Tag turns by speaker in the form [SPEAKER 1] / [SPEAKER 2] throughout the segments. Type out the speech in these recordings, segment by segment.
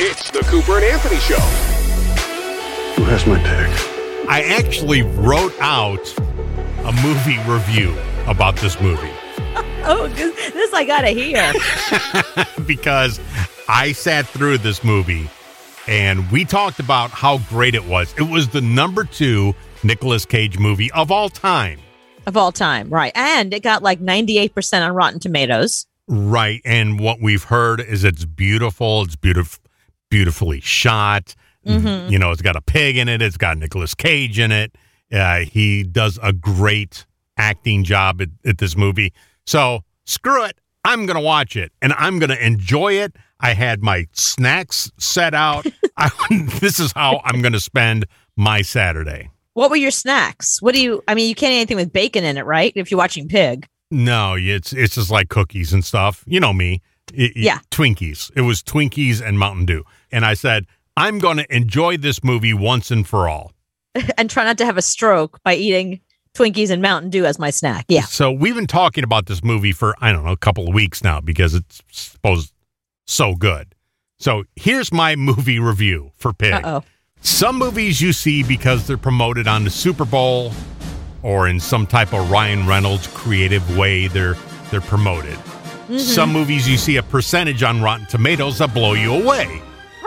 [SPEAKER 1] It's the Cooper and Anthony Show.
[SPEAKER 2] Who has my pick?
[SPEAKER 3] I actually wrote out a movie review about this movie
[SPEAKER 4] Oh, this, this I gotta hear.
[SPEAKER 3] because I sat through this movie and we talked about how great it was. It was the number two Nicolas Cage movie of all time.
[SPEAKER 4] of all time, right? And it got like 98% on Rotten Tomatoes.
[SPEAKER 3] Right. And what we've heard is it's beautiful. It's beautiful, beautifully shot.
[SPEAKER 4] Mhm.
[SPEAKER 3] You know, it's got a pig in it. It's got Nicolas Cage in it. Uh, he does a great acting job at, at this movie. So screw it. I'm going to watch it and I'm going to enjoy it. I had my snacks set out. I, this is how I'm going to spend my Saturday.
[SPEAKER 4] What were your snacks? What do you, I mean, you can't eat anything with bacon in it, right? If you're watching Pig.
[SPEAKER 3] No, it's it's just like cookies and stuff. You know me. It- it-
[SPEAKER 4] Yeah.
[SPEAKER 3] Twinkies. It was Twinkies and Mountain Dew. And I said, I'm going to enjoy this movie once and for all.
[SPEAKER 4] And try not to have a stroke by eating Twinkies and Mountain Dew as my snack. Yeah.
[SPEAKER 3] So we've been talking about this movie for I don't know a couple of weeks now because it's supposed so good. So here's my movie review for Pig.
[SPEAKER 4] Uh oh.
[SPEAKER 3] Some movies you see because they're promoted on the Super Bowl or in some type of Ryan Reynolds creative way they're they're promoted. Some movies you see a percentage on Rotten Tomatoes that blow you away.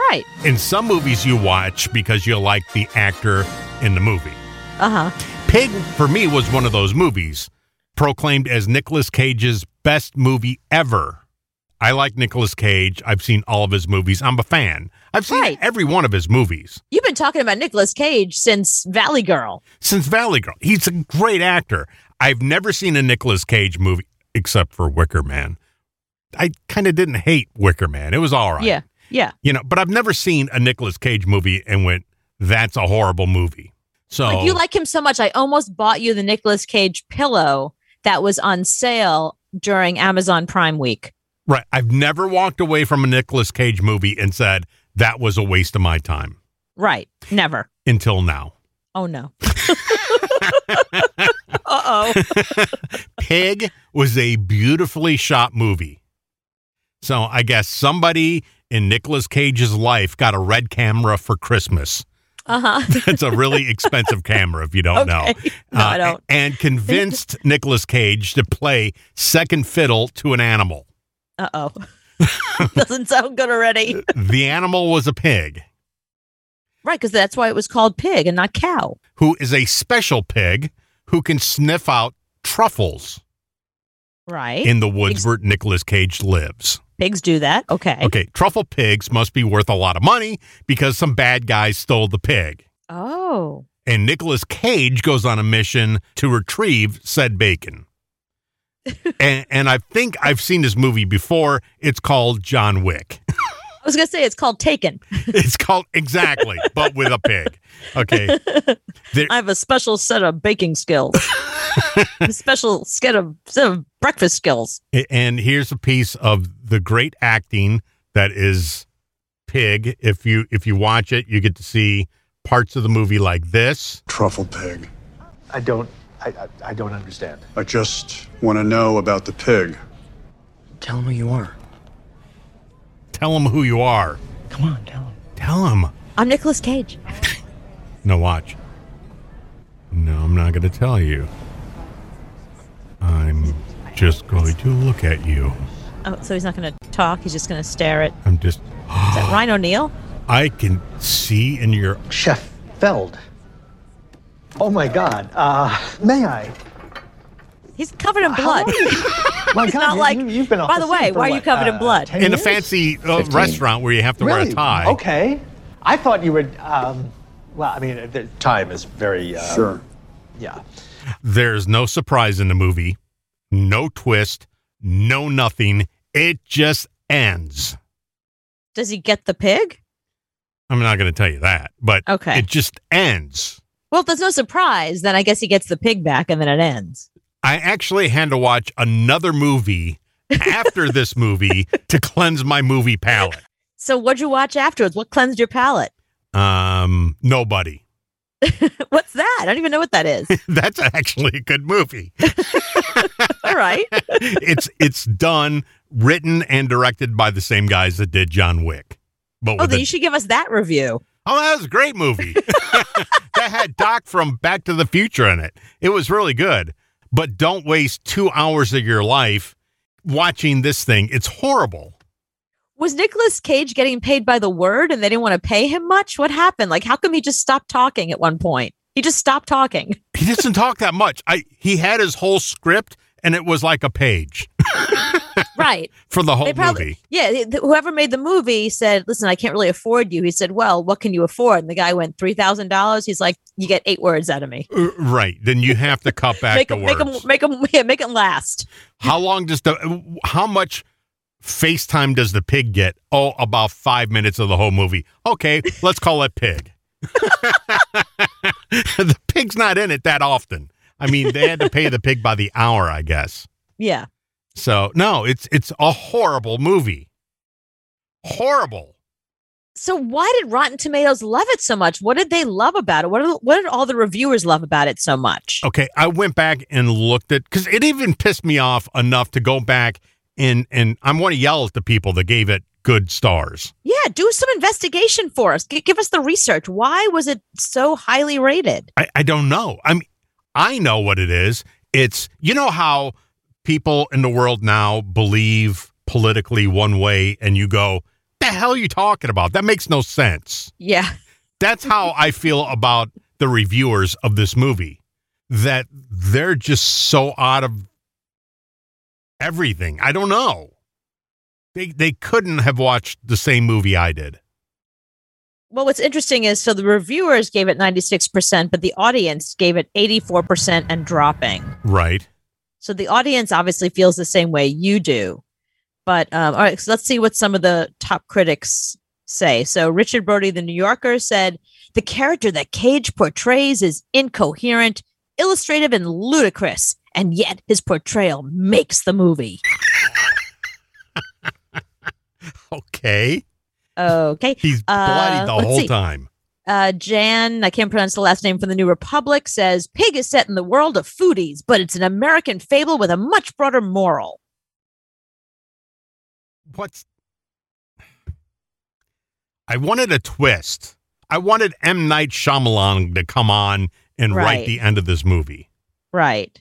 [SPEAKER 4] Right.
[SPEAKER 3] In some movies you watch because you like the actor in the movie.
[SPEAKER 4] Uh huh.
[SPEAKER 3] Pig for me was one of those movies proclaimed as Nicolas Cage's best movie ever. I like Nicolas Cage. I've seen all of his movies. I'm a fan. I've seen
[SPEAKER 4] Right.
[SPEAKER 3] every one of his movies.
[SPEAKER 4] You've been talking about Nicolas Cage since Valley Girl.
[SPEAKER 3] since Valley Girl. He's a great actor. I've never seen a Nicolas Cage movie except for Wicker Man. I kind of didn't hate Wicker Man. It was all right.
[SPEAKER 4] Yeah. Yeah.
[SPEAKER 3] You know, but I've never seen a Nicolas Cage movie and went, that's a horrible movie. So
[SPEAKER 4] Like you like him so much, I almost bought you the Nicolas Cage pillow that was on sale during Amazon Prime Week.
[SPEAKER 3] right. I've never walked away from a Nicolas Cage movie and said, that was a waste of my time
[SPEAKER 4] Right. Never.
[SPEAKER 3] until now.
[SPEAKER 4] Oh no. uh oh.
[SPEAKER 3] Pig was a beautifully shot movie. So I guess somebody in Nicolas Cage's life got a red camera for Christmas.
[SPEAKER 4] Uh huh.
[SPEAKER 3] It's a really expensive camera if you don't know. Uh,
[SPEAKER 4] Okay. No, I don't.
[SPEAKER 3] And convinced Nicolas Cage to play second fiddle to an animal.
[SPEAKER 4] Uh oh. Doesn't sound good already.
[SPEAKER 3] The animal was a pig,
[SPEAKER 4] Right, because that's why it was called pig and not cow.
[SPEAKER 3] who is a special pig who can sniff out truffles
[SPEAKER 4] Right.
[SPEAKER 3] in the woods where Nicolas Cage lives.
[SPEAKER 4] Pigs do that. Okay.
[SPEAKER 3] Okay, truffle pigs must be worth a lot of money because some bad guys stole the pig.
[SPEAKER 4] Oh.
[SPEAKER 3] And Nicolas Cage goes on a mission to retrieve said bacon. and, and I think I've seen this movie before. It's called John Wick.
[SPEAKER 4] I was gonna say it's called taken.
[SPEAKER 3] It's called exactly, but with a pig. Okay.
[SPEAKER 4] I have a special set of baking skills. a special set of set of breakfast skills.
[SPEAKER 3] A- And here's a piece of the great acting that is pig. If you if you watch it, you get to see parts of the movie like this.
[SPEAKER 2] Truffle pig.
[SPEAKER 5] I don't. I, I, I don't understand.
[SPEAKER 2] I just want to know about the pig.
[SPEAKER 5] Tell him who you are.
[SPEAKER 3] Tell him who you are.
[SPEAKER 5] Come on, tell him.
[SPEAKER 3] Tell him.
[SPEAKER 4] I'm Nicolas Cage.
[SPEAKER 3] No, watch. No, I'm not going to tell you. I'm just going to look at you.
[SPEAKER 4] Oh, so he's not gonna talk, he's just gonna stare at
[SPEAKER 3] I'm just.
[SPEAKER 4] is that Ryan O'Neill?
[SPEAKER 3] I can see in your.
[SPEAKER 5] Chef Feld. Oh my God. Uh, may I?
[SPEAKER 4] He's covered in blood.
[SPEAKER 5] My
[SPEAKER 4] He's
[SPEAKER 5] God,
[SPEAKER 4] not
[SPEAKER 5] you,
[SPEAKER 4] like-
[SPEAKER 5] you- you've been off
[SPEAKER 4] by the way,
[SPEAKER 5] scene for
[SPEAKER 4] why are you
[SPEAKER 5] what,
[SPEAKER 4] covered in
[SPEAKER 5] uh,
[SPEAKER 4] blood?
[SPEAKER 5] 10
[SPEAKER 3] In a
[SPEAKER 5] years?
[SPEAKER 3] fancy uh,
[SPEAKER 5] 15.
[SPEAKER 3] restaurant where you have to wear a
[SPEAKER 5] Really?
[SPEAKER 3] tie.
[SPEAKER 5] Okay. I thought you were. Um, well, I mean, the time is very. Uh,
[SPEAKER 2] Sure.
[SPEAKER 5] Yeah.
[SPEAKER 3] There's no surprise in the movie, no twist, no nothing. It just ends.
[SPEAKER 4] Does he get the pig?
[SPEAKER 3] I'm not going to tell you that, but
[SPEAKER 4] Okay.
[SPEAKER 3] it just ends.
[SPEAKER 4] Well, if there's no surprise, then I guess he gets the pig back and then it ends.
[SPEAKER 3] I actually had to watch another movie after this movie to cleanse my movie palette.
[SPEAKER 4] So what'd you watch afterwards? What cleansed your palate?
[SPEAKER 3] Um, nobody.
[SPEAKER 4] What's that? I don't even know what that is.
[SPEAKER 3] That's actually a good movie.
[SPEAKER 4] All right.
[SPEAKER 3] It's it's done, written and directed by the same guys that did John Wick. but
[SPEAKER 4] Oh,
[SPEAKER 3] with
[SPEAKER 4] then
[SPEAKER 3] a-
[SPEAKER 4] you should give us that review.
[SPEAKER 3] oh, that was a great movie. that had Doc from Back to the Future in it. It was really good. But don't waste two hours of your life watching this thing. It's horrible.
[SPEAKER 4] Was Nicolas Cage getting paid by the word and they didn't want to pay him much? What happened? Like, how come he just stopped talking at one point? He just stopped talking.
[SPEAKER 3] He doesn't talk that much. I he had his whole script and it was like a page
[SPEAKER 4] Right.
[SPEAKER 3] for the whole
[SPEAKER 4] they probably,
[SPEAKER 3] movie.
[SPEAKER 4] yeah. th- Whoever made the movie said, "Listen, I can't really afford you." He said, "Well, what can you afford?" And the guy went three thousand dollars. He's like, "You get eight words out of me.
[SPEAKER 3] Uh, Right. Then you have to cut back
[SPEAKER 4] Make
[SPEAKER 3] the
[SPEAKER 4] him, make him,
[SPEAKER 3] words.
[SPEAKER 4] make him, yeah, make him last."
[SPEAKER 3] How long does the how much FaceTime does the pig get? Oh, about five minutes of the whole movie. Okay, let's call it pig. the pig's not in it that often. I mean, they had to pay the pig by the hour, I guess.
[SPEAKER 4] Yeah.
[SPEAKER 3] So no, it's it's a horrible movie. Horrible.
[SPEAKER 4] So why did Rotten Tomatoes love it so much? What did they love about it? What did, what did all the reviewers love about it so much?
[SPEAKER 3] Okay, I went back and looked at because it even pissed me off enough to go back and and I want to yell at the people that gave it good stars.
[SPEAKER 4] Yeah, do some investigation for us. G- give us the research. Why was it so highly rated?
[SPEAKER 3] I, I don't know. I mean, I know what it is. It's, you know, how people in the world now believe politically one way, and you go, the hell are you talking about? That makes no sense.
[SPEAKER 4] Yeah,
[SPEAKER 3] That's how I feel about the reviewers of this movie, that they're just so out of everything. I don't know. They, they couldn't have watched the same movie I did.
[SPEAKER 4] Well, what's interesting is so the reviewers gave it 96%, but the audience gave it 84% and dropping.
[SPEAKER 3] Right.
[SPEAKER 4] So the audience obviously feels the same way you do. But um, all right, so let's see what some of the top critics say. So Richard Brody, the New Yorker, said the character that Cage portrays is incoherent, illustrative, and ludicrous. And yet his portrayal makes the movie.
[SPEAKER 3] Okay.
[SPEAKER 4] Okay.
[SPEAKER 3] He's
[SPEAKER 4] Uh,
[SPEAKER 3] bloody the
[SPEAKER 4] let's
[SPEAKER 3] whole
[SPEAKER 4] see.
[SPEAKER 3] time.
[SPEAKER 4] Uh, Jan, I can't pronounce the last name from the New Republic, says Pig is set in the world of foodies, but it's an American fable with a much broader moral.
[SPEAKER 3] what's I wanted a twist. I wanted M Night Shyamalan to come on and write
[SPEAKER 4] Right.
[SPEAKER 3] the end of this movie.
[SPEAKER 4] Right.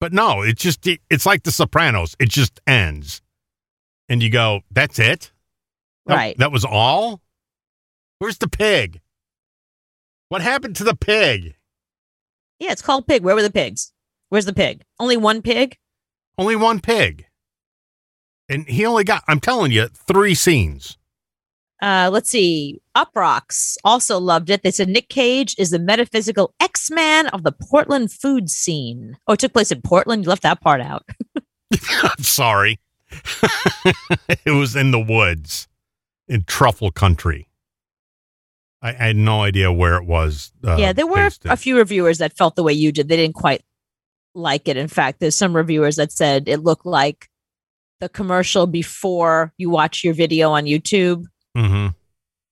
[SPEAKER 3] But no, it's just it- it's like The Sopranos. It just ends. And you go, that's it? That-
[SPEAKER 4] Right.
[SPEAKER 3] That was all? Where's the pig? What happened to the pig?
[SPEAKER 4] Yeah, it's called Pig. Where were the pigs? Where's the pig? Only one pig?
[SPEAKER 3] Only one pig. And he only got, I'm telling you, three scenes.
[SPEAKER 4] Uh, let's see. Up Rocks also loved it. They said Nick Cage is the metaphysical X Man of the Portland food scene. Oh, it took place in Portland. You left that part out.
[SPEAKER 3] I'm sorry. it was in the woods in truffle country. I, I had no idea where it was. Uh,
[SPEAKER 4] yeah, there were
[SPEAKER 3] based in.
[SPEAKER 4] a few reviewers that felt the way you did. They didn't quite like it. In fact, there's some reviewers that said it looked like the commercial before you watch your video on YouTube.
[SPEAKER 3] Mhm.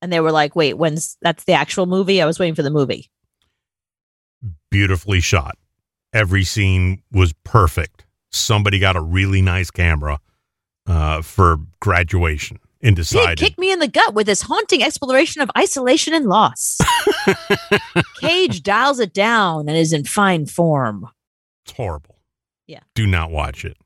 [SPEAKER 4] And they were like, wait, when's that's the actual movie? I was waiting for the movie.
[SPEAKER 3] Beautifully shot. Every scene was perfect. Somebody got a really nice camera uh, for graduation and
[SPEAKER 4] Pig
[SPEAKER 3] decided.
[SPEAKER 4] kicked me in the gut with his haunting exploration of isolation and loss. Cage dials it down and is in fine form.
[SPEAKER 3] it's horrible.
[SPEAKER 4] Yeah.
[SPEAKER 3] Do not watch it.